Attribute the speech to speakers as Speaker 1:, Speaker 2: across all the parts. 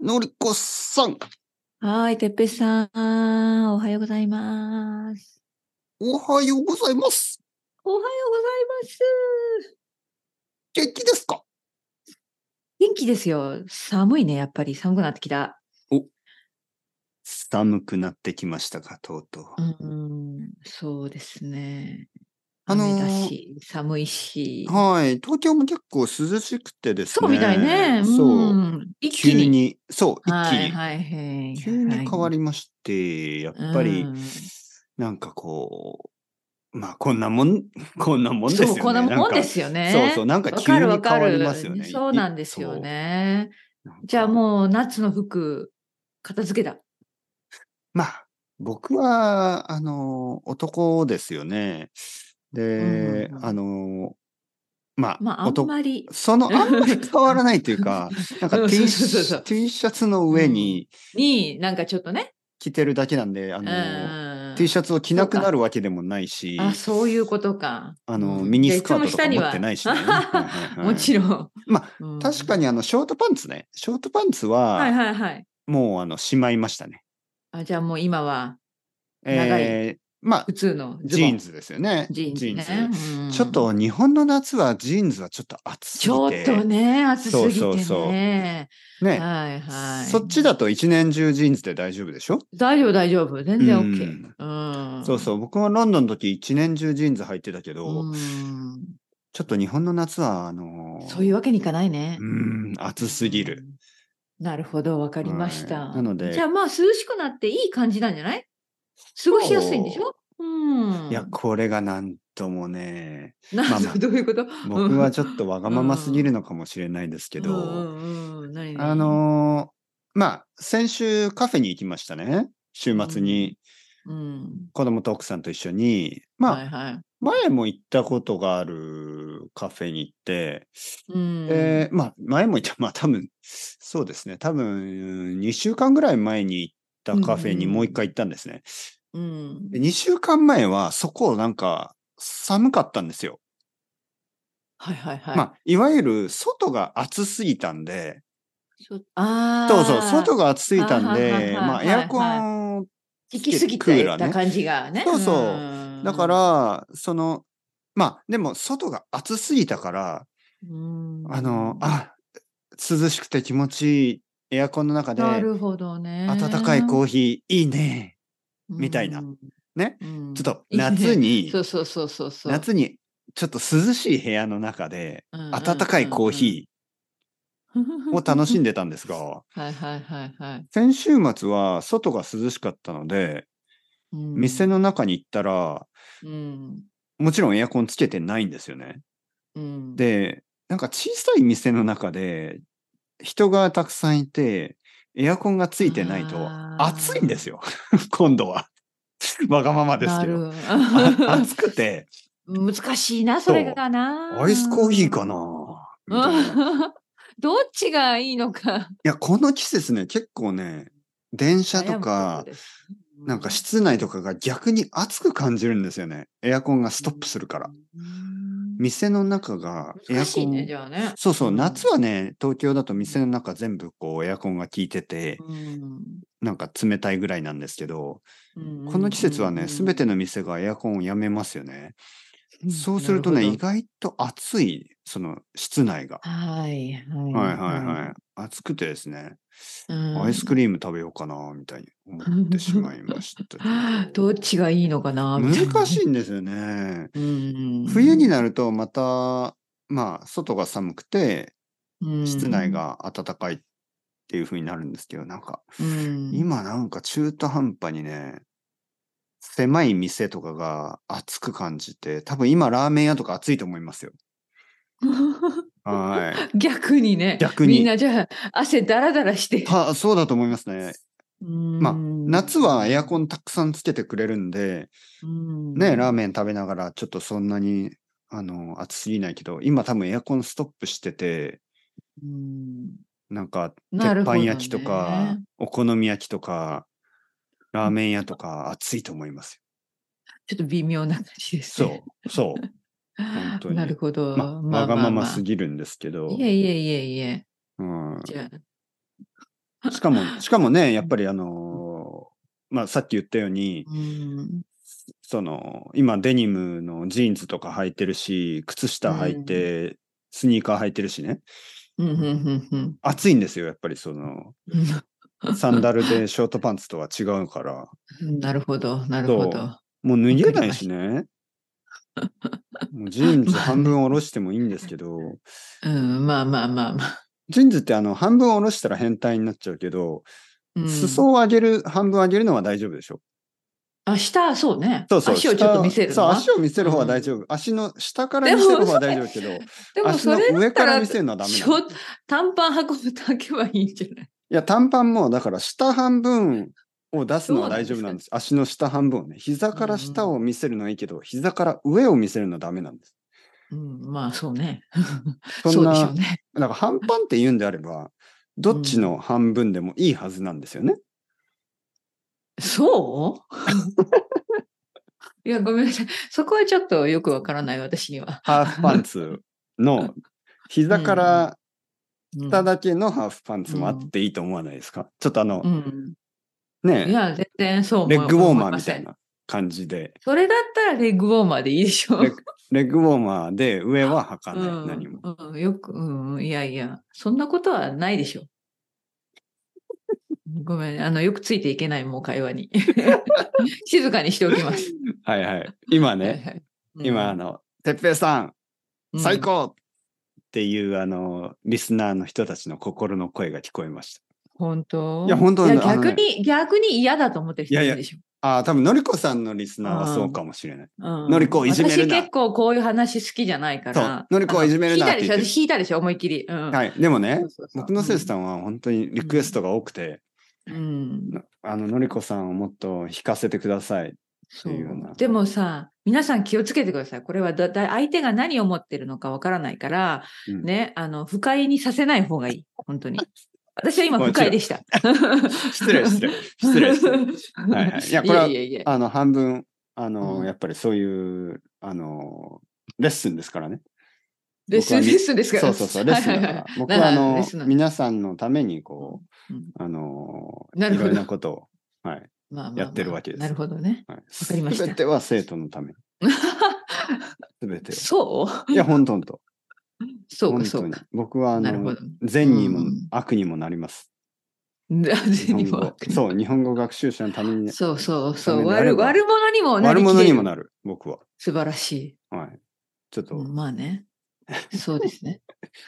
Speaker 1: のりこさん、
Speaker 2: はい、てっぺいさん、おはようございます。
Speaker 1: おはようございます。
Speaker 2: おはようございます。
Speaker 1: 元気ですか
Speaker 2: 元気ですよ。寒いね、やっぱり寒くなってきた。
Speaker 1: 寒くなってきましたか、とうとう。
Speaker 2: うん、そうですね。
Speaker 1: あのー
Speaker 2: 雨だし、寒いし。
Speaker 1: はい、東京も結構涼しくてですね。
Speaker 2: そうみたいね。
Speaker 1: そう、
Speaker 2: ん、一気
Speaker 1: 急
Speaker 2: に。
Speaker 1: に、そう、一気
Speaker 2: はい、
Speaker 1: に、
Speaker 2: はい、はい。
Speaker 1: 急に変わ
Speaker 2: り、
Speaker 1: りまして、やっぱり
Speaker 2: うん、
Speaker 1: なんかこう、まあこんなもん、 こんなもんですよ
Speaker 2: そ
Speaker 1: ね。。
Speaker 2: う、こんなもんですすよね。
Speaker 1: そうそう、なんか
Speaker 2: わ
Speaker 1: 急に
Speaker 2: かる
Speaker 1: 変
Speaker 2: わか
Speaker 1: わ
Speaker 2: る。
Speaker 1: りますよね。
Speaker 2: そうなんですよね。
Speaker 1: そう。
Speaker 2: じゃあ
Speaker 1: う
Speaker 2: もう夏の服、片付けだ。
Speaker 1: まあ、僕は、あの、男ですよね。で、
Speaker 2: うんうんうん
Speaker 1: あの、まあ、
Speaker 2: まあ、あん
Speaker 1: 男、
Speaker 2: まり。
Speaker 1: その、あんまり変わらないという か、なんか
Speaker 2: うん
Speaker 1: T
Speaker 2: そうそう
Speaker 1: シ
Speaker 2: そう
Speaker 1: ャ T シャツの上に
Speaker 2: に、なんかちょっとね。
Speaker 1: 着てるだけなんで、あ
Speaker 2: う
Speaker 1: の、
Speaker 2: ん
Speaker 1: T シャツを着なくなるわけでもないし、
Speaker 2: あ、そういうことか。
Speaker 1: あの
Speaker 2: うん
Speaker 1: ミニスカートと
Speaker 2: じゃ
Speaker 1: か
Speaker 2: あいつも下には
Speaker 1: 持ってない しねはいはいはい
Speaker 2: もちろん。
Speaker 1: まあ、
Speaker 2: うん
Speaker 1: 確かにあの、ショートパンツね。ショートパンツ
Speaker 2: はい
Speaker 1: は、
Speaker 2: はいはい。
Speaker 1: もうあの、しまいましたね。
Speaker 2: あじゃあもう今は長い
Speaker 1: えー、まあ
Speaker 2: 普、通のズ
Speaker 1: ジ
Speaker 2: ボ
Speaker 1: ー
Speaker 2: ン
Speaker 1: ン。ズですよね。
Speaker 2: ジーンズね。うん
Speaker 1: ちょっと日本の夏はジーンズはちょっと暑すぎて。
Speaker 2: ちょっとね、暑すぎてね。
Speaker 1: そうそうそうね、
Speaker 2: はいはい。
Speaker 1: そっちだと一年中ジーンズで大丈夫でしょ、
Speaker 2: 大丈夫大丈夫。全然
Speaker 1: うん
Speaker 2: OK。うん。
Speaker 1: そうそう。僕もロンドンの時一年中ジーンズ履いてたけど、
Speaker 2: うん。
Speaker 1: ちょっと日本の夏は、あのー
Speaker 2: そういうわけにいかないね。
Speaker 1: うん、暑すぎる。
Speaker 2: うん。なるほど、わかりました。
Speaker 1: はいなので
Speaker 2: じゃあまあ涼しくなっていい感じなんじゃない過ごしやすいんでしょうん。
Speaker 1: いや、これがなんとも ね、
Speaker 2: な
Speaker 1: まあまあ
Speaker 2: どういうこと
Speaker 1: 僕は
Speaker 2: ょっ
Speaker 1: ちょっとわがまますぎるのかもしれないですけど、
Speaker 2: うんうんうん、何々
Speaker 1: あのーまあ、先週カフェに行きましたね。週末に
Speaker 2: うん。
Speaker 1: 子供と奥さんと一緒に、まあ、
Speaker 2: はいはい。
Speaker 1: 前も行ったことがあるカフェに行って、
Speaker 2: うん
Speaker 1: えまあ、前も行った、まあ多分、そうですね、多分、2週間ぐらい前に行ったカフェに
Speaker 2: うんうん
Speaker 1: もう一回行ったんですね。
Speaker 2: うん
Speaker 1: で2週間前は、そこなんか、寒かったんですよ。
Speaker 2: はいはいはい。
Speaker 1: まあ、いわゆる、外が暑すぎたんで、
Speaker 2: そあ
Speaker 1: そうそう、外
Speaker 2: が
Speaker 1: が暑すぎたん
Speaker 2: あーはいはい
Speaker 1: で、
Speaker 2: はい
Speaker 1: まあ、エアコンを
Speaker 2: 行き過ぎ
Speaker 1: クーラ
Speaker 2: て
Speaker 1: ー
Speaker 2: た
Speaker 1: ね
Speaker 2: 感じがね。
Speaker 1: そうそうんだか、ら、その、まあ、でも、外が暑すぎたから、
Speaker 2: うん
Speaker 1: あの、あ、涼しくて気持ちいい、エアコンの中で、
Speaker 2: なるほどね。
Speaker 1: 温かいコーヒー、いいね。
Speaker 2: うん
Speaker 1: みたいなね。
Speaker 2: うん
Speaker 1: ちょっと、夏。
Speaker 2: いいね
Speaker 1: に
Speaker 2: そ、うそうそうそうそう。
Speaker 1: 夏に、ちょっと涼しい部屋の中で、温かいコーヒー
Speaker 2: ー
Speaker 1: を楽しん
Speaker 2: で。
Speaker 1: でたんですが、
Speaker 2: はいはいはいはい。
Speaker 1: 先週末は外が涼しかったので、
Speaker 2: うん
Speaker 1: 店の中に行ったら、
Speaker 2: うん
Speaker 1: もちろんエアコンつけてないんですよね。
Speaker 2: うん、
Speaker 1: で、なんか小さい店の中で、人がたくさんいて、エアコンがついてないと
Speaker 2: あー
Speaker 1: 暑いんですよ。 今度は。わがままですけ ど。あ
Speaker 2: なる
Speaker 1: 暑くて、
Speaker 2: 難しいな、それがな。
Speaker 1: アイスコーヒーかなみたいな。い
Speaker 2: うん どっちがいいのか。
Speaker 1: や、この季節ね、結構ね、電車とか、なんか室内とかが逆に暑く感じるんですよね。エアコンがストップするから。。店の中がエ
Speaker 2: 難
Speaker 1: ア
Speaker 2: し
Speaker 1: コ
Speaker 2: い
Speaker 1: ン。
Speaker 2: ね、じゃあね。
Speaker 1: そうそう、
Speaker 2: ん
Speaker 1: 夏はね、東京だと店の中全部こうエアコンが効いてて、
Speaker 2: うん
Speaker 1: なんか冷たいぐらいなんですけど、
Speaker 2: うん
Speaker 1: この季節はね、すべての店がエアコンをやめますよね。そうするとね、
Speaker 2: な
Speaker 1: 意
Speaker 2: ほど
Speaker 1: 外と暑い、その室内が。
Speaker 2: はいはい
Speaker 1: はいはいはい。暑くてですね、
Speaker 2: うん
Speaker 1: アイスクリーム食べようかな、みたいに思ってしまいましたけど。
Speaker 2: どっちがいいのかな
Speaker 1: 難し
Speaker 2: い。
Speaker 1: いんですよね。
Speaker 2: うん
Speaker 1: 冬になるとまた、まあ、外が寒くて、室内、が暖かいっていう風になるんですけど、なんか、
Speaker 2: うんうん
Speaker 1: 今なんか中途半端にね、狭い店とかが暑く感じて、多分今ラーメン屋とか暑いと思いますよ。 はい。
Speaker 2: 逆にね。
Speaker 1: 逆に
Speaker 2: みんなじゃあ、汗だらだらして。
Speaker 1: たそうだと思いますね。ま
Speaker 2: ま
Speaker 1: あ夏はエアコ
Speaker 2: ン、
Speaker 1: ンたくさんつけてくれるんで、
Speaker 2: うん
Speaker 1: ね、ラーメン食べながらちょっとそんなに、あの、暑すぎないけど、今多分エアコンストップしてて、
Speaker 2: うん
Speaker 1: なんか、
Speaker 2: な
Speaker 1: 鉄
Speaker 2: るほ
Speaker 1: 板
Speaker 2: どね
Speaker 1: 焼きとか、お好み焼きとか、ラーメン屋とか暑いと思います
Speaker 2: ちょっと微妙な感じです
Speaker 1: よ。
Speaker 2: ね。
Speaker 1: そう、そう。本当に
Speaker 2: なるほ ど。
Speaker 1: まわがまますぎるんですけど、
Speaker 2: いえいえいえいえ。
Speaker 1: うん、
Speaker 2: じゃ あ、
Speaker 1: しか も、しかもね、やっぱりあのーまあさっき言ったように、
Speaker 2: うん。
Speaker 1: その、今デニムのジーンズとか履いてるし、靴下履いて、スニーカー履いてるしね、
Speaker 2: うんうんうんうん
Speaker 1: 暑いんですよ、やっぱりその、サンダルでショートパンツとは違うから、
Speaker 2: うん。なるほど、なるほ
Speaker 1: そ
Speaker 2: ど。
Speaker 1: もう脱げないしね。もうジーンズ半分下ろしてもいいんですけど、
Speaker 2: うん、まあまあまあまあ。
Speaker 1: ジーンズってあの半分下ろしたら変態になっちゃうけど、
Speaker 2: うん
Speaker 1: 裾を上げる、半分上げるのは大丈夫でしょ
Speaker 2: あ、下、そうね。
Speaker 1: そうそう。
Speaker 2: 足をちょっと見せる
Speaker 1: 下
Speaker 2: の
Speaker 1: を
Speaker 2: は
Speaker 1: そう、足を見せる方は大丈夫。足の下から見せる方は大丈夫けど、
Speaker 2: でも
Speaker 1: 足
Speaker 2: そ
Speaker 1: の
Speaker 2: れだ
Speaker 1: 上
Speaker 2: った
Speaker 1: から
Speaker 2: ら
Speaker 1: 見、せるのはダメな
Speaker 2: シ
Speaker 1: の。い
Speaker 2: ョー短パン運ぶだけはいいんじゃない
Speaker 1: や、短パンも、だから下半分を出すのは大丈夫なんです。足の下半分をね。膝から下を見せるのはいいけど、膝から上を見せるのはダメなんです。
Speaker 2: うん、まあそう ね。
Speaker 1: そんな、
Speaker 2: うでしょ
Speaker 1: だ
Speaker 2: うね。
Speaker 1: から半パンって言うんであれば、どっちの半分でもいいはずなんですよね。
Speaker 2: そう いや、ごめんなさい。そこはちょっとよくわからない、私には。
Speaker 1: ハーフパンツ の、膝から
Speaker 2: うん
Speaker 1: 下だけのハーフパンツもあっていいと思わないですか、ちょっとあの
Speaker 2: う、ん。
Speaker 1: ね
Speaker 2: いや、全然そう思う
Speaker 1: レッグウォーマーみた
Speaker 2: 思
Speaker 1: い
Speaker 2: ません
Speaker 1: な感じで、
Speaker 2: それだったらレッグウォーマーでいいでしょ。
Speaker 1: レッグレッグウォーマーで上は履かない、
Speaker 2: うん
Speaker 1: 何も。
Speaker 2: うん、よく、うん、いやいや、そんなことはないで しょ。ごめん、あの、よくついていけない、もう会話 に。 静かにしておきます。
Speaker 1: はい はい。今
Speaker 2: はい
Speaker 1: ね、
Speaker 2: はい
Speaker 1: 今あ、の、てっぺいさん、
Speaker 2: うん
Speaker 1: 最高っていうあの、リスナーの人たちの心の声が聞こえまし
Speaker 2: 本当
Speaker 1: いや本当なんだあのね
Speaker 2: 逆に、逆に嫌だと思ってる人いるでしょ。
Speaker 1: た。ああ、多分のりこさんのリスナーはそうかもしれない。
Speaker 2: うん
Speaker 1: のりこをいじめるな
Speaker 2: 私結構こういう話好きじゃないか
Speaker 1: そう
Speaker 2: ら。
Speaker 1: のりこをいじめるな
Speaker 2: あ
Speaker 1: っ
Speaker 2: の
Speaker 1: て
Speaker 2: 引い
Speaker 1: 言
Speaker 2: た
Speaker 1: って
Speaker 2: で
Speaker 1: る
Speaker 2: しょ、引いたでしょ、思いっきり。うん
Speaker 1: はい。でもね
Speaker 2: そう、そうそう
Speaker 1: 僕のせいさんは本当にリクエストが多くて、
Speaker 2: うん
Speaker 1: なあの、のりこさんをもっと弾かせてください。
Speaker 2: そ
Speaker 1: っていうような
Speaker 2: うでもさ、皆さん気をつけてください。これはだだ相手が何を持ってるのかわからないから、
Speaker 1: うん
Speaker 2: ね、あの、不快にさせない方がいい。本当に。私は今
Speaker 1: もちろん
Speaker 2: 不快でした。
Speaker 1: 失礼、失 礼。失礼、失礼。はいはいいやこれはい
Speaker 2: や いやいや。
Speaker 1: あの、半分、あの、
Speaker 2: うん
Speaker 1: やっぱりそういう、あの、レッスンですからね。
Speaker 2: レッスン、レッスンですから。
Speaker 1: そうそうそう、レッスンだから。
Speaker 2: はいはいはい
Speaker 1: 僕は、あ
Speaker 2: レ
Speaker 1: の
Speaker 2: ッスンな、んだ
Speaker 1: 皆さんのために、こ
Speaker 2: うんうん
Speaker 1: う、あの、い
Speaker 2: なるほ
Speaker 1: ろ
Speaker 2: ど
Speaker 1: いろなことを、はい。
Speaker 2: まあまあまあ
Speaker 1: やってるわけです
Speaker 2: なるほどね。
Speaker 1: はい、
Speaker 2: かりました
Speaker 1: すべては生徒のた めに。すべては。
Speaker 2: そう
Speaker 1: いや、本当本当。
Speaker 2: そう
Speaker 1: 本
Speaker 2: か、そ
Speaker 1: 当
Speaker 2: う
Speaker 1: に
Speaker 2: か。。
Speaker 1: 僕は、あ
Speaker 2: なるほ
Speaker 1: の
Speaker 2: ど、。
Speaker 1: 善にも
Speaker 2: うん
Speaker 1: 悪にもなります。
Speaker 2: 日
Speaker 1: 日本語。そう、日本語学習者のために、
Speaker 2: そうそうそう。
Speaker 1: ダメであれ
Speaker 2: 悪
Speaker 1: ば
Speaker 2: 悪者にもな
Speaker 1: 悪
Speaker 2: りきれる
Speaker 1: 者にもなる、僕は。
Speaker 2: 素晴らしい。
Speaker 1: はい。ちょっと、。
Speaker 2: うんまあね。そうですね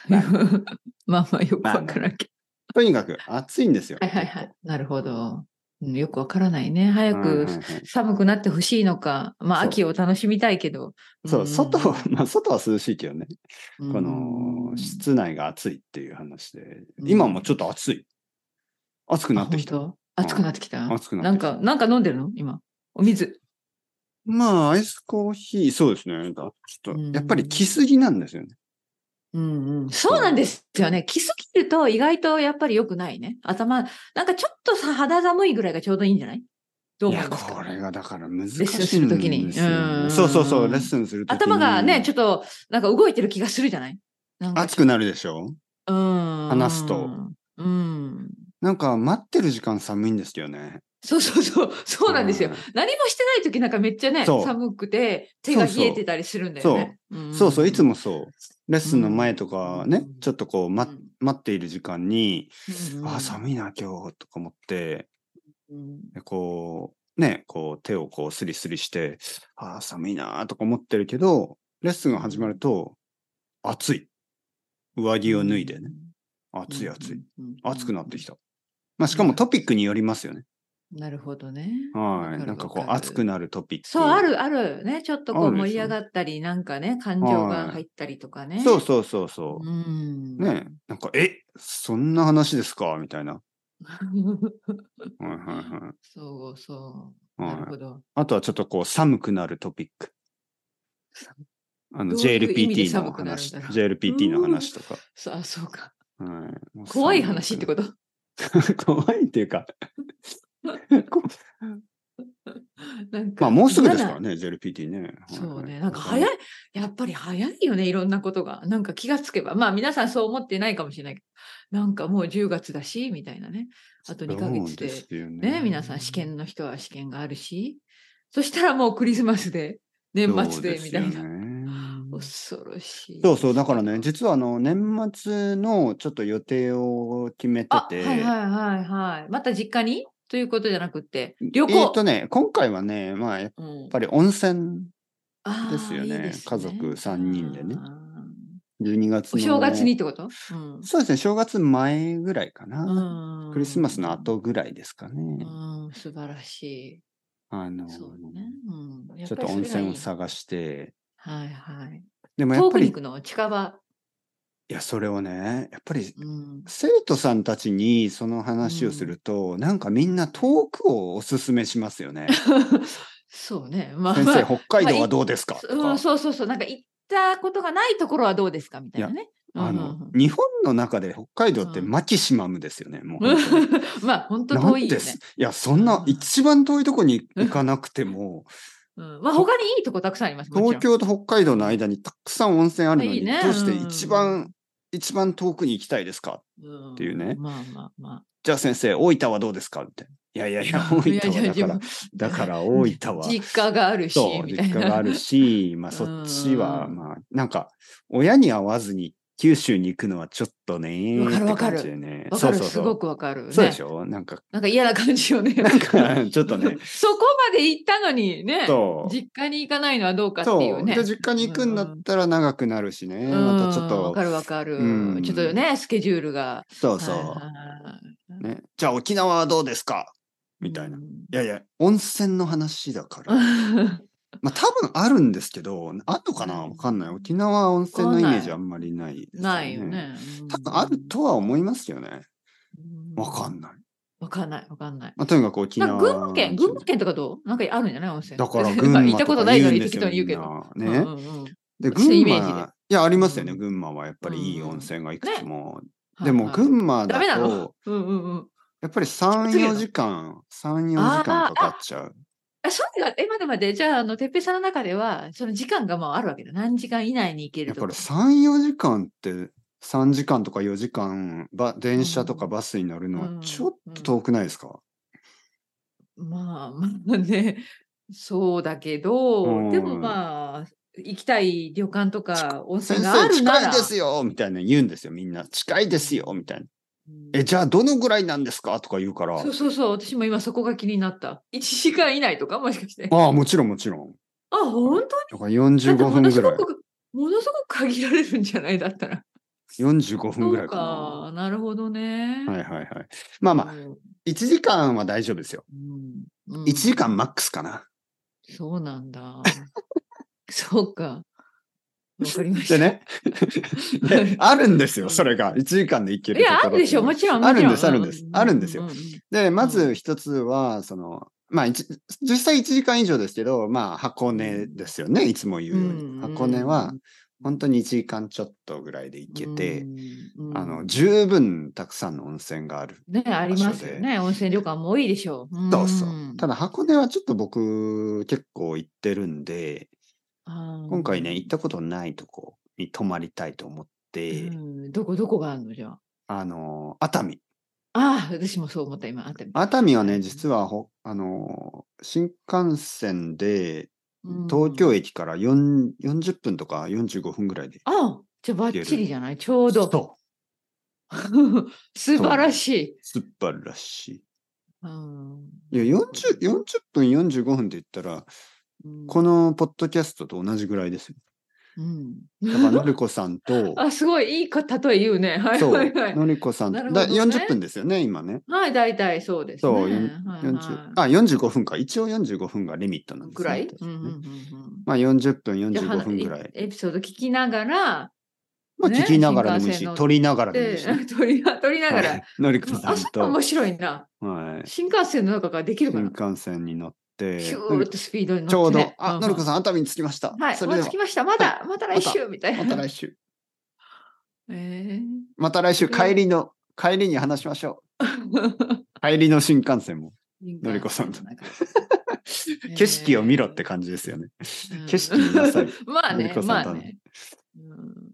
Speaker 1: まあ
Speaker 2: まあまあよく
Speaker 1: まあまあ
Speaker 2: わからんけ
Speaker 1: とにかく暑いんですよ。
Speaker 2: ど。はいはいはい。なるほど。うんよくわからないね。早
Speaker 1: うん
Speaker 2: く
Speaker 1: はいはい
Speaker 2: 寒くなってほしいのか、まあ
Speaker 1: そう
Speaker 2: 秋を楽しみたいけど。
Speaker 1: そう、
Speaker 2: ん
Speaker 1: 外は、まあ、外は涼しいけどね、
Speaker 2: うん
Speaker 1: この室内が暑いっていう話で、
Speaker 2: うん
Speaker 1: 今もちょっと暑い。暑くなってき
Speaker 2: あ
Speaker 1: た。
Speaker 2: 本当暑くなってきた。
Speaker 1: 暑くな
Speaker 2: な
Speaker 1: って
Speaker 2: ん
Speaker 1: きた。
Speaker 2: か、なんか飲んでるの今。お水。
Speaker 1: まあ、アイスコーヒー、そうですね。だちょっと、
Speaker 2: うん
Speaker 1: やっぱり来すぎなんですよね。
Speaker 2: うんうん、そうなんですよね。着すぎると意外とやっぱり良くないね。頭、なんかちょっとさ肌寒いぐらいがちょうどいいんじゃないどう
Speaker 1: い
Speaker 2: 思い
Speaker 1: や、
Speaker 2: ますか
Speaker 1: これがだから難しいん
Speaker 2: レッ
Speaker 1: ですよ、ね。
Speaker 2: スンする時にうん
Speaker 1: そうそうそう、レッスンするときに。
Speaker 2: 頭がね、ちょ
Speaker 1: ょっ
Speaker 2: っとなんか動いてる気がするじゃないなん
Speaker 1: と。
Speaker 2: か
Speaker 1: 暑くなるでしょ
Speaker 2: 話
Speaker 1: 話すと。
Speaker 2: うん。
Speaker 1: なんか待ってる時間寒いんですけどね。
Speaker 2: そうそうそう。そうなんですよ。何もしてない時なんかめっちゃね、
Speaker 1: そう
Speaker 2: 寒くて手が冷えてたりするんだよね。
Speaker 1: うん。そうそう、いつ
Speaker 2: も。
Speaker 1: もそう。レッスンの前とかね、
Speaker 2: うん
Speaker 1: ちょっとこう、ま、待っている時間に、あー
Speaker 2: い。
Speaker 1: 寒いな今日とか思って
Speaker 2: うん
Speaker 1: でこうねこう手をこうスリスリしてあー寒いなとか思ってるけどレッスンが始まると暑い上着を脱いでね。暑い暑い
Speaker 2: うん。
Speaker 1: 暑くなってきた、まあ、しかもトピックによりますよね
Speaker 2: なるほどね。
Speaker 1: は
Speaker 2: わか
Speaker 1: い
Speaker 2: る
Speaker 1: なんかこう
Speaker 2: わる
Speaker 1: 暑くなるトピック
Speaker 2: そう、ある、ある。ね、ちょっとこ
Speaker 1: あ
Speaker 2: う
Speaker 1: るでしょ
Speaker 2: 盛り上がったり、なんかね、感情が入ったりとかね。
Speaker 1: そうそうそうそうう、
Speaker 2: ん。
Speaker 1: ねなんかえそんな話ですかみたいな、はいはいは
Speaker 2: そうそう。
Speaker 1: い
Speaker 2: なる
Speaker 1: はい、
Speaker 2: ほど。
Speaker 1: あとはちょっとこう寒くなるトピックあの
Speaker 2: どういう意味
Speaker 1: JLPT
Speaker 2: で
Speaker 1: の
Speaker 2: 寒くなるん
Speaker 1: 話
Speaker 2: だろう
Speaker 1: JLPT の話とか
Speaker 2: そうあ、そうか。
Speaker 1: はいもう
Speaker 2: 怖い 話ってこと
Speaker 1: と怖いっていうかこ
Speaker 2: なんか
Speaker 1: まあ、もうすぐですか
Speaker 2: ま
Speaker 1: ら
Speaker 2: だ
Speaker 1: ね、JLPT ね。
Speaker 2: そうね。
Speaker 1: は
Speaker 2: なんか早
Speaker 1: い。
Speaker 2: い、やっぱり早いよね、いろんなことが。なんか気がつけば。まあ皆さんそう思ってないかもしれないけど、なんかもう10月だし、みたいなね。あと2ヶ月で。
Speaker 1: ね
Speaker 2: ね、皆さん試験の人は試験があるし、そしたらもうクリスマスで、年末で、みたい
Speaker 1: そうす
Speaker 2: な。
Speaker 1: よね
Speaker 2: 恐ろしい。
Speaker 1: そうそう、だからね、実はあの、年末のちょっと予定を決めて
Speaker 2: あ、はい
Speaker 1: て、
Speaker 2: はいはいはい。また実家にということじゃなくって、旅
Speaker 1: えっ
Speaker 2: 行。
Speaker 1: とね、今回はね、まあ、やっ
Speaker 2: うん
Speaker 1: ぱり温泉、
Speaker 2: あー
Speaker 1: ですよね家族三人でね
Speaker 2: あー
Speaker 1: 12月の。
Speaker 2: お正月にってことうん
Speaker 1: そうですね、正月前ぐらいかな。
Speaker 2: うん
Speaker 1: クリスマスの後ぐらいですかね。
Speaker 2: うん、素晴らし
Speaker 1: あの
Speaker 2: い。、そうね。うん、や
Speaker 1: ちょっ
Speaker 2: ぱ
Speaker 1: と
Speaker 2: りそれがいい
Speaker 1: 温泉を探して、
Speaker 2: はいはい。
Speaker 1: でもやっ
Speaker 2: 遠
Speaker 1: ぱ
Speaker 2: くに
Speaker 1: り、
Speaker 2: 行くの近場。
Speaker 1: いや、それをね、やっぱり
Speaker 2: うん。
Speaker 1: 生徒さんたちにその話をすると、なんかみんな遠くをおすすめしますよね。
Speaker 2: そうね。 まあ、
Speaker 1: 先
Speaker 2: まあ
Speaker 1: 生、北海道はどうですかと
Speaker 2: う
Speaker 1: か
Speaker 2: ん、。そうそうそう。なんか行ったことがないところはどうですかみたいなね。
Speaker 1: あ
Speaker 2: うん
Speaker 1: の、日本の中で北海道って
Speaker 2: うん
Speaker 1: マキシマムですよね、もう
Speaker 2: う
Speaker 1: 本 当に。
Speaker 2: んまあ、本当
Speaker 1: な
Speaker 2: 遠い
Speaker 1: ん
Speaker 2: よね
Speaker 1: で。す。いや、そんな
Speaker 2: うん
Speaker 1: 一番遠いとこに行かなくて も、
Speaker 2: うん、まあ、他にいいとこたくさんあります。もちろん
Speaker 1: 東京と北海道の間にたくさん温泉あるの
Speaker 2: い
Speaker 1: に、
Speaker 2: いね
Speaker 1: どうして
Speaker 2: うん
Speaker 1: 一番、一番遠くに行きたいですかっていうね
Speaker 2: んまあまあまあ。
Speaker 1: じゃあ先生、大分はどうですかみたいな。いやいやいや、大分はだ
Speaker 2: いやいや
Speaker 1: か
Speaker 2: いや
Speaker 1: ら、だ から大分は。
Speaker 2: 実家があるし、
Speaker 1: そう、
Speaker 2: み
Speaker 1: 実
Speaker 2: たい
Speaker 1: 家
Speaker 2: な。
Speaker 1: があるし、まあそっちは、
Speaker 2: うん
Speaker 1: まあ、なんか、親に会わずに九州に行くのはちょっとね
Speaker 2: わかる
Speaker 1: ーって
Speaker 2: わか
Speaker 1: 感
Speaker 2: る
Speaker 1: じでね。
Speaker 2: わかる
Speaker 1: そう
Speaker 2: す
Speaker 1: そう
Speaker 2: ご
Speaker 1: そ
Speaker 2: くわかる、ね。
Speaker 1: う。そうでしょなんか、
Speaker 2: なんか嫌な感じよね。、
Speaker 1: なんか、ちょっとね
Speaker 2: そこまで行ったのにね、
Speaker 1: そう。
Speaker 2: 実家に行かないのはどうかってい
Speaker 1: そうう。
Speaker 2: ね。
Speaker 1: で、実家に行くんだったら長くなるしね。
Speaker 2: うん
Speaker 1: またちょっ
Speaker 2: わ
Speaker 1: と
Speaker 2: か、るわかる、
Speaker 1: うん
Speaker 2: ちょっとね、スケジュールが。
Speaker 1: そうそ。
Speaker 2: はいはいう
Speaker 1: ね。じゃあ沖縄はどうですかみたいな。いやいや、温泉の話だか
Speaker 2: う
Speaker 1: ら。
Speaker 2: ん
Speaker 1: まあ多分あるんですけど、あるのかなわかんない。沖縄は温泉のイメージあんまりないです、
Speaker 2: ないよ。ね。
Speaker 1: 多分あるとは思いますよね。
Speaker 2: うん。
Speaker 1: わかんない。
Speaker 2: わかんない、わかんない。
Speaker 1: まあ、とにかく沖
Speaker 2: なん
Speaker 1: 縄。
Speaker 2: か群馬県、群馬県とかどうなんかあるんじゃない温泉。
Speaker 1: だ から群
Speaker 2: 群
Speaker 1: 馬と
Speaker 2: 馬
Speaker 1: か
Speaker 2: 行ったことないのに
Speaker 1: 言うんですよ
Speaker 2: 適当に言うけど。
Speaker 1: みんなね、
Speaker 2: うんうんうん
Speaker 1: で、
Speaker 2: 私の
Speaker 1: 群
Speaker 2: イメージで
Speaker 1: 馬、いや、ありますよね、
Speaker 2: うん
Speaker 1: 群馬は。やっぱりいい
Speaker 2: うんうん
Speaker 1: 温泉がいくつも。
Speaker 2: はい
Speaker 1: でも、
Speaker 2: はい
Speaker 1: 群馬
Speaker 2: ダメな
Speaker 1: だ
Speaker 2: の
Speaker 1: と、
Speaker 2: うんうんうん。
Speaker 1: やっぱり3、
Speaker 2: 次の
Speaker 1: 4時間、3、4時間かかっちゃう。
Speaker 2: あ、そうだ、え、待って待って、じゃあ、あの、てっぺいさんの中では、その時間がもうあるわけだ。何時間以内に行け
Speaker 1: や
Speaker 2: る
Speaker 1: っ
Speaker 2: と
Speaker 1: ぱ
Speaker 2: か。
Speaker 1: り3、4時間って、3時間とか4時間、ば電車とかバスに乗るの
Speaker 2: う
Speaker 1: は
Speaker 2: ん
Speaker 1: ちょっと遠くないですか、
Speaker 2: まあ、まあね、そうだけど、
Speaker 1: うん
Speaker 2: でもまあ、行きたい旅館とか温
Speaker 1: 先
Speaker 2: 泉があ
Speaker 1: 生、
Speaker 2: るな
Speaker 1: 近
Speaker 2: ら。
Speaker 1: いですよみたいな言うんですよ、みんな。近いですよみたいな。
Speaker 2: うん
Speaker 1: え、じゃあどのぐらいなんですかとか言うから。
Speaker 2: そうそうそう、私も今そこが気になった。1時間以内とかもしかして。あ、
Speaker 1: ああ、もちろんもちろん。
Speaker 2: 本
Speaker 1: だから
Speaker 2: 当だ
Speaker 1: 45
Speaker 2: っても
Speaker 1: 分
Speaker 2: の
Speaker 1: ぐ
Speaker 2: す
Speaker 1: ら
Speaker 2: ご
Speaker 1: い。
Speaker 2: く、ものすごく限られるんじゃないだったら。
Speaker 1: 45分ぐらいか
Speaker 2: そうか、なるほどね。
Speaker 1: な。はいはいはい。まあまあ、1時間は大丈夫ですよ。
Speaker 2: うんうん
Speaker 1: 1時間マックスかな。
Speaker 2: そうな んだ。そうか。わかりました。
Speaker 1: で ねであるんですよ、それが。1時間で行け
Speaker 2: い
Speaker 1: るところ
Speaker 2: や、
Speaker 1: って
Speaker 2: あ
Speaker 1: うの
Speaker 2: るでしょ、もちろん。も
Speaker 1: あ
Speaker 2: ち
Speaker 1: る
Speaker 2: ろ
Speaker 1: んです、あるんです。あるんです。
Speaker 2: う
Speaker 1: よ
Speaker 2: う。うう
Speaker 1: で、まず一つは、その、まあ、一実際1時間以上ですけど、まあ、箱根ですよね、いつも言うよう
Speaker 2: うん
Speaker 1: に。
Speaker 2: うん
Speaker 1: 箱根は、本当に1時間ちょっとぐらいで行けて、、
Speaker 2: うんうん
Speaker 1: あの、十分たくさんの温泉がある。
Speaker 2: ね、ありますよ
Speaker 1: 場
Speaker 2: ね。温泉旅館も多いでしょう。
Speaker 1: そうそう
Speaker 2: うん
Speaker 1: ただ、箱根はちょっと僕、結構行ってるんで、
Speaker 2: あー
Speaker 1: 今回ね、行ったことないとこに泊まりたいと思って、
Speaker 2: うんどこどこがあるのじゃあ。
Speaker 1: あの、熱海。
Speaker 2: ああ、私もそう思った、今。あった
Speaker 1: 熱海はね、実はほ、あの、新幹線で、
Speaker 2: うん
Speaker 1: 東京駅から4 40分とか45分ぐらいで。
Speaker 2: ああ、じゃあばっちりじゃないちょうど。
Speaker 1: そう
Speaker 2: 素晴らしい。
Speaker 1: 素晴らし
Speaker 2: うん
Speaker 1: い。いや、40、40分45分って言ったら、
Speaker 2: うん
Speaker 1: このポッドキャストと同じぐらいです よ。
Speaker 2: うん、
Speaker 1: だから、のりこさんと
Speaker 2: あ、すごいいいか例え言うね。はい
Speaker 1: そ
Speaker 2: は
Speaker 1: う、
Speaker 2: いはい。
Speaker 1: のりこさんと、
Speaker 2: なるほ
Speaker 1: だ
Speaker 2: どね
Speaker 1: 40分ですよね、今ね。
Speaker 2: はい、大体そうですね。
Speaker 1: そうよん
Speaker 2: はい
Speaker 1: 40
Speaker 2: は
Speaker 1: あ、45分か。一応45分がリミットなん
Speaker 2: い、
Speaker 1: です
Speaker 2: ぐらい、
Speaker 1: 確
Speaker 2: う
Speaker 1: か
Speaker 2: んうん
Speaker 1: ね
Speaker 2: うんうん
Speaker 1: まあ40分、
Speaker 2: じゃあ
Speaker 1: 45分ぐら。
Speaker 2: はいエピソード聞きながら、
Speaker 1: まあ
Speaker 2: ね
Speaker 1: 聞きながらでもいいし、
Speaker 2: 新幹線の
Speaker 1: 撮りながらでもいい
Speaker 2: で
Speaker 1: しね。
Speaker 2: 撮りな撮りなが
Speaker 1: は
Speaker 2: ら
Speaker 1: い。のりこさ
Speaker 2: あ、
Speaker 1: ん
Speaker 2: それは
Speaker 1: と
Speaker 2: 面、白いな。
Speaker 1: はい、
Speaker 2: 新幹線の中からできるか
Speaker 1: 新
Speaker 2: な。
Speaker 1: 幹線に乗って、
Speaker 2: ヒューッとスピードに
Speaker 1: ち
Speaker 2: 乗
Speaker 1: ょ
Speaker 2: っ
Speaker 1: う
Speaker 2: て、
Speaker 1: ど
Speaker 2: ね、。
Speaker 1: あ、
Speaker 2: ん
Speaker 1: のりこさん、熱海に着きました。
Speaker 2: はい、
Speaker 1: そ
Speaker 2: も
Speaker 1: れで
Speaker 2: う着
Speaker 1: は
Speaker 2: き、ました。まだ、また来週みたい
Speaker 1: また
Speaker 2: な。
Speaker 1: 来週。
Speaker 2: えー
Speaker 1: また来週、
Speaker 2: それは
Speaker 1: 帰りの、帰りに話し ましょう。帰りの新幹線も。のりこさんと
Speaker 2: 新幹線の中
Speaker 1: 景色を見ろって感じですよね。
Speaker 2: うん
Speaker 1: 景色見なさい
Speaker 2: まあ
Speaker 1: ゆ
Speaker 2: ね
Speaker 1: りこ、さん
Speaker 2: ま
Speaker 1: と
Speaker 2: あ
Speaker 1: は
Speaker 2: ね。うん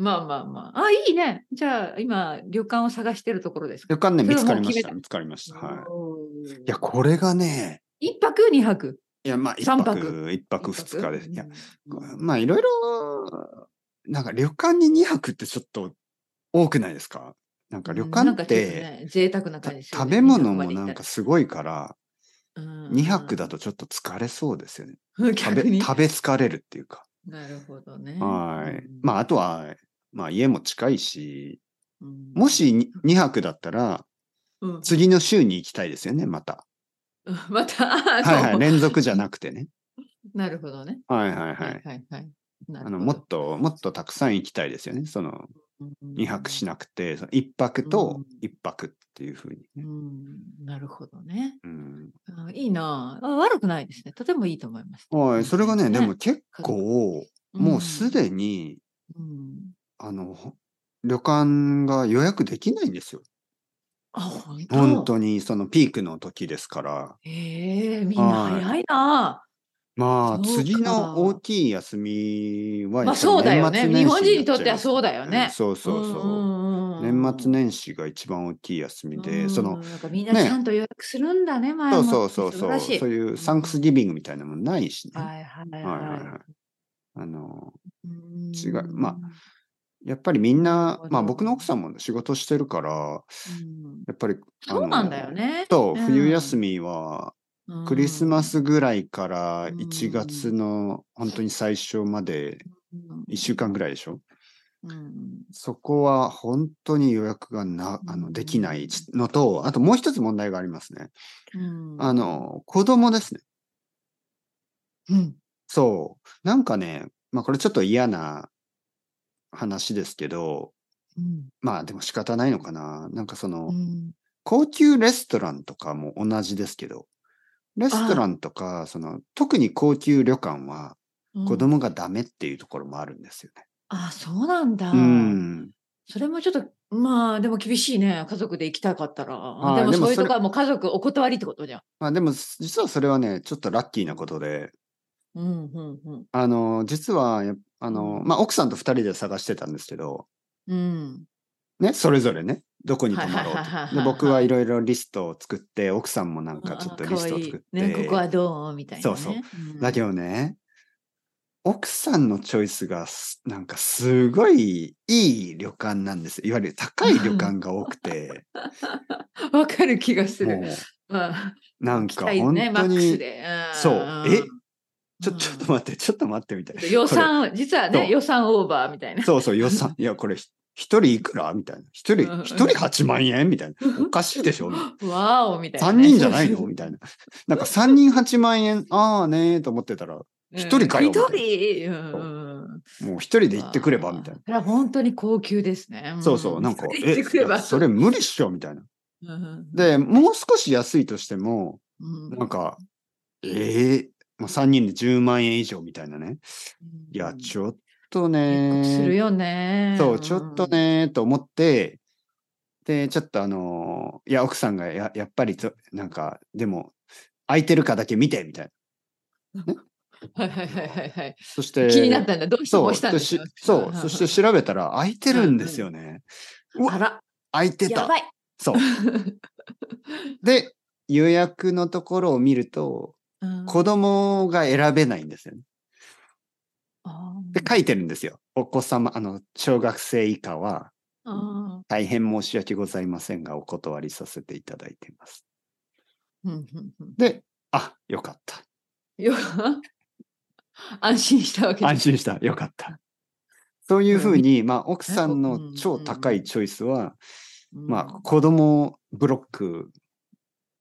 Speaker 2: まあまあまあ。あ、いいね。じゃあ、今、旅館を探してるところですか。
Speaker 1: 旅館ね、
Speaker 2: それ
Speaker 1: 見
Speaker 2: は
Speaker 1: つ
Speaker 2: も
Speaker 1: か
Speaker 2: う
Speaker 1: りまし
Speaker 2: 決め
Speaker 1: た。
Speaker 2: た
Speaker 1: 見つかりました。はい。
Speaker 2: い
Speaker 1: いや、これがね、
Speaker 2: 一泊二泊。
Speaker 1: いや、まあ、一
Speaker 2: 三
Speaker 1: 泊、一泊
Speaker 2: 一
Speaker 1: 二日です。いや、
Speaker 2: うん
Speaker 1: まあ、いろいろ、なんか旅館に二泊ってちょっと多くないですかなんか旅
Speaker 2: な
Speaker 1: 館
Speaker 2: んか
Speaker 1: っ
Speaker 2: ちょと
Speaker 1: て、
Speaker 2: ね、贅沢な
Speaker 1: た
Speaker 2: 感じですよ
Speaker 1: 食
Speaker 2: ね
Speaker 1: べ物もなんか、すごいから、2
Speaker 2: 二
Speaker 1: 泊だとちょっと疲れそうですよね。
Speaker 2: と
Speaker 1: 食
Speaker 2: 逆
Speaker 1: べ
Speaker 2: に。
Speaker 1: 食べ疲れるっていうか。
Speaker 2: なるほどね。
Speaker 1: はい
Speaker 2: うん。
Speaker 1: まあ、あとは、まあ、家も近いし、
Speaker 2: うん
Speaker 1: も、し2泊だったら、
Speaker 2: うん
Speaker 1: 次の週に行きたいですよね、また。
Speaker 2: また、
Speaker 1: は
Speaker 2: はい
Speaker 1: はい、連続じゃなくてね。
Speaker 2: なるほどね。
Speaker 1: はいはいはい。
Speaker 2: はいはい。な
Speaker 1: あ
Speaker 2: るほ
Speaker 1: の、
Speaker 2: ど
Speaker 1: もっと、もっとたくさん行きたいですよね。その、2泊しなくて、その1泊と
Speaker 2: うん
Speaker 1: 1泊っていうふうに
Speaker 2: う
Speaker 1: ね。
Speaker 2: ん、なるほどね。
Speaker 1: うん。
Speaker 2: あいいなああ悪くないですね。とてもいいと思います。
Speaker 1: はい、それがね、
Speaker 2: ね
Speaker 1: でも結構、もうすでに、
Speaker 2: に、うん
Speaker 1: あの、ほ旅館が予約できないんですよ。
Speaker 2: あ、本当
Speaker 1: 本当に、そのピークの時ですから。
Speaker 2: ええみんな
Speaker 1: はい
Speaker 2: 早いな
Speaker 1: まあ、
Speaker 2: そうか
Speaker 1: 次の大きい休み
Speaker 2: あ
Speaker 1: はや
Speaker 2: まあ
Speaker 1: っぱ
Speaker 2: そうだ
Speaker 1: り
Speaker 2: よ
Speaker 1: 年末年始になっちゃいます、
Speaker 2: ね。日本人にとってはそうだよ
Speaker 1: う
Speaker 2: ね
Speaker 1: ん。そうそうそう。
Speaker 2: そ
Speaker 1: 年末年始が一番大きい休みで、その、
Speaker 2: なんかみんなちゃんと予約するんだね、前
Speaker 1: そ
Speaker 2: も
Speaker 1: う
Speaker 2: って
Speaker 1: そうそうそ
Speaker 2: 素晴ら
Speaker 1: う、
Speaker 2: しい
Speaker 1: そういうサンクスギビングみたいなのもないしね。は
Speaker 2: はいはい
Speaker 1: い
Speaker 2: はい。
Speaker 1: はいはい。あの、
Speaker 2: うん
Speaker 1: 違うまあやっぱりみんな、まあ僕の奥さんも仕事してるから、
Speaker 2: うん
Speaker 1: やっぱり、あの
Speaker 2: そうなんだよ。ね。
Speaker 1: と、
Speaker 2: うん
Speaker 1: 冬休みは、クリスマスぐらいから
Speaker 2: うん
Speaker 1: 1月の本当に最初まで1週間ぐらいでしょ
Speaker 2: うんうん
Speaker 1: そこは本当に予約がな、あ
Speaker 2: う
Speaker 1: の、
Speaker 2: ん
Speaker 1: できないのと、あともう一つ問題がありますね。
Speaker 2: うん
Speaker 1: あ、の、子供ですね。
Speaker 2: うん
Speaker 1: そう。なんかね、まあこれちょっと嫌な話ですけど、
Speaker 2: うん
Speaker 1: まあでも仕方ないのかな。なんかその、
Speaker 2: うん
Speaker 1: 高級レストランとかも同じですけど、レストランとか、その、特に高級旅館は、
Speaker 2: うん
Speaker 1: 子供がダメっていうところもあるんですよね。
Speaker 2: あ、そうなんだ。
Speaker 1: うん。
Speaker 2: それもちょっと、まあ、でも厳しいね。家族で行きたかったら。
Speaker 1: い
Speaker 2: でも
Speaker 1: でも
Speaker 2: そういう
Speaker 1: そ
Speaker 2: と
Speaker 1: れ
Speaker 2: こはもう家族お断りってことじゃん。
Speaker 1: まあでも、実はそれはね、ちょっとラッキーなことで、
Speaker 2: うん、うん、うん。
Speaker 1: あの、実はやっ、あの
Speaker 2: う、ん
Speaker 1: まあ奥さんと二人で探してたんですけど、
Speaker 2: うん。
Speaker 1: ね、それぞれね、どこに泊まろう
Speaker 2: はいはいはいはいはい
Speaker 1: と。で、僕はいろいろリストを作って、奥さんもなんかちょっと
Speaker 2: あ
Speaker 1: リストを
Speaker 2: 可愛い
Speaker 1: 作って。
Speaker 2: ね、ここはどうみたいな、ね。
Speaker 1: そうそうだけ
Speaker 2: ど、
Speaker 1: どね、奥さんのチョイスがす、なんかすごいいい旅館なんです。いわゆる高い旅館が多くて、
Speaker 2: わかる気が す
Speaker 1: も
Speaker 2: る。
Speaker 1: う、
Speaker 2: うん
Speaker 1: なん
Speaker 2: 期
Speaker 1: か
Speaker 2: 待
Speaker 1: 本
Speaker 2: ねマ
Speaker 1: 当
Speaker 2: ックス
Speaker 1: に、
Speaker 2: で
Speaker 1: そう。えちょ、
Speaker 2: うん
Speaker 1: ちょっと待って、ちょっと待ってみたいな。
Speaker 2: うん予算、実は
Speaker 1: そう
Speaker 2: ね、予算オーバーみたいな。
Speaker 1: そうそう、予 算。いや、これ、ひ一人いくらみたいな。一
Speaker 2: うんうん
Speaker 1: 人、一人8万円みたいな。おかしいでしょみたいな
Speaker 2: わおみたいな、
Speaker 1: 三
Speaker 2: ね。
Speaker 1: 人じゃないのみたいな。なんか三人8万円、ああねーと思ってたら、も
Speaker 2: うん
Speaker 1: 一人かよみたいな
Speaker 2: 一人うんうん。
Speaker 1: う一人で行ってくればみたいな
Speaker 2: あ。ーそれは本当に高級ですね。
Speaker 1: そうそう、なんか、
Speaker 2: 一人で行っ
Speaker 1: え
Speaker 2: てくれば。、
Speaker 1: それ無理っしょみたいな。
Speaker 2: うん、
Speaker 1: で、もう少し安いとしても、
Speaker 2: うん
Speaker 1: なんか、ええまあ、3人で10万円以上みたいなね。いや、
Speaker 2: うん
Speaker 1: ちょっと
Speaker 2: 結構する
Speaker 1: ね、
Speaker 2: よね。
Speaker 1: そう、ちょっとね、と思って、で、ちょっとあのーいや、奥さんがや、やっぱりと、なんか、でも、空いてるかだけ見て、みたいな。
Speaker 2: うん。はいはいはいはいはい。
Speaker 1: そして、
Speaker 2: 気になったんだ。どうして
Speaker 1: そ
Speaker 2: も
Speaker 1: う、
Speaker 2: したん
Speaker 1: で
Speaker 2: で
Speaker 1: し
Speaker 2: すよ。
Speaker 1: そう、そして調べたら、空いてるんですよね。う
Speaker 2: あ
Speaker 1: わ、
Speaker 2: ら、
Speaker 1: 空いてた。
Speaker 2: やばい。
Speaker 1: そう。で、予約のところを見ると、
Speaker 2: うん
Speaker 1: 子供が選べないんですよね。
Speaker 2: あ
Speaker 1: で、書いてるんですよ。お子様、あの、小学生以下は、
Speaker 2: ーあ
Speaker 1: 大変申し訳ございませんが、お断りさせていただいています。
Speaker 2: ー。うんうんうん
Speaker 1: で、あ、よかった。
Speaker 2: よ 安心したわけ
Speaker 1: 安
Speaker 2: です。
Speaker 1: 心した。よかった。そういうふうに、まあ、奥
Speaker 2: ね
Speaker 1: さん
Speaker 2: うんうんう
Speaker 1: の
Speaker 2: ん
Speaker 1: 超高いチョイスは、まあ、
Speaker 2: うん
Speaker 1: 子供ブロック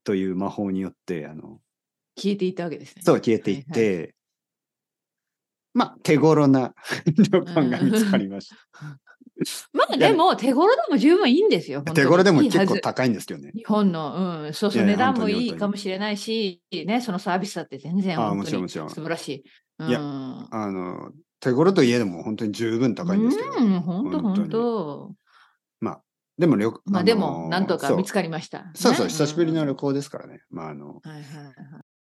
Speaker 1: という魔法によって、あの、
Speaker 2: 消えていったわけですね。
Speaker 1: そう消えていって、まあ、手頃な 旅館が見つかりました。
Speaker 2: まあでも手頃でも十分いいんですよ。
Speaker 1: 手頃でも結構
Speaker 2: いいは
Speaker 1: 高いんですけどね
Speaker 2: ず。日本の、うん、そうそう、
Speaker 1: いやい
Speaker 2: 値
Speaker 1: や
Speaker 2: 段も
Speaker 1: 本当に
Speaker 2: いいかもしれないし、ね、そのサービスだって全然
Speaker 1: ああ
Speaker 2: 本
Speaker 1: もち
Speaker 2: 当
Speaker 1: ろんも
Speaker 2: に
Speaker 1: ちろん
Speaker 2: 素晴らしい。うん、
Speaker 1: いやあの、手頃といえども本当に十分高いんですけど。
Speaker 2: うん、本当
Speaker 1: 本当に
Speaker 2: 本当。
Speaker 1: でも旅、
Speaker 2: まあでも、なんとか見つ
Speaker 1: か
Speaker 2: かりました。
Speaker 1: そうそうそう、
Speaker 2: ね
Speaker 1: 久しぶりの旅
Speaker 2: うん
Speaker 1: 行ですからね。まあ、あの、
Speaker 2: はいはいはい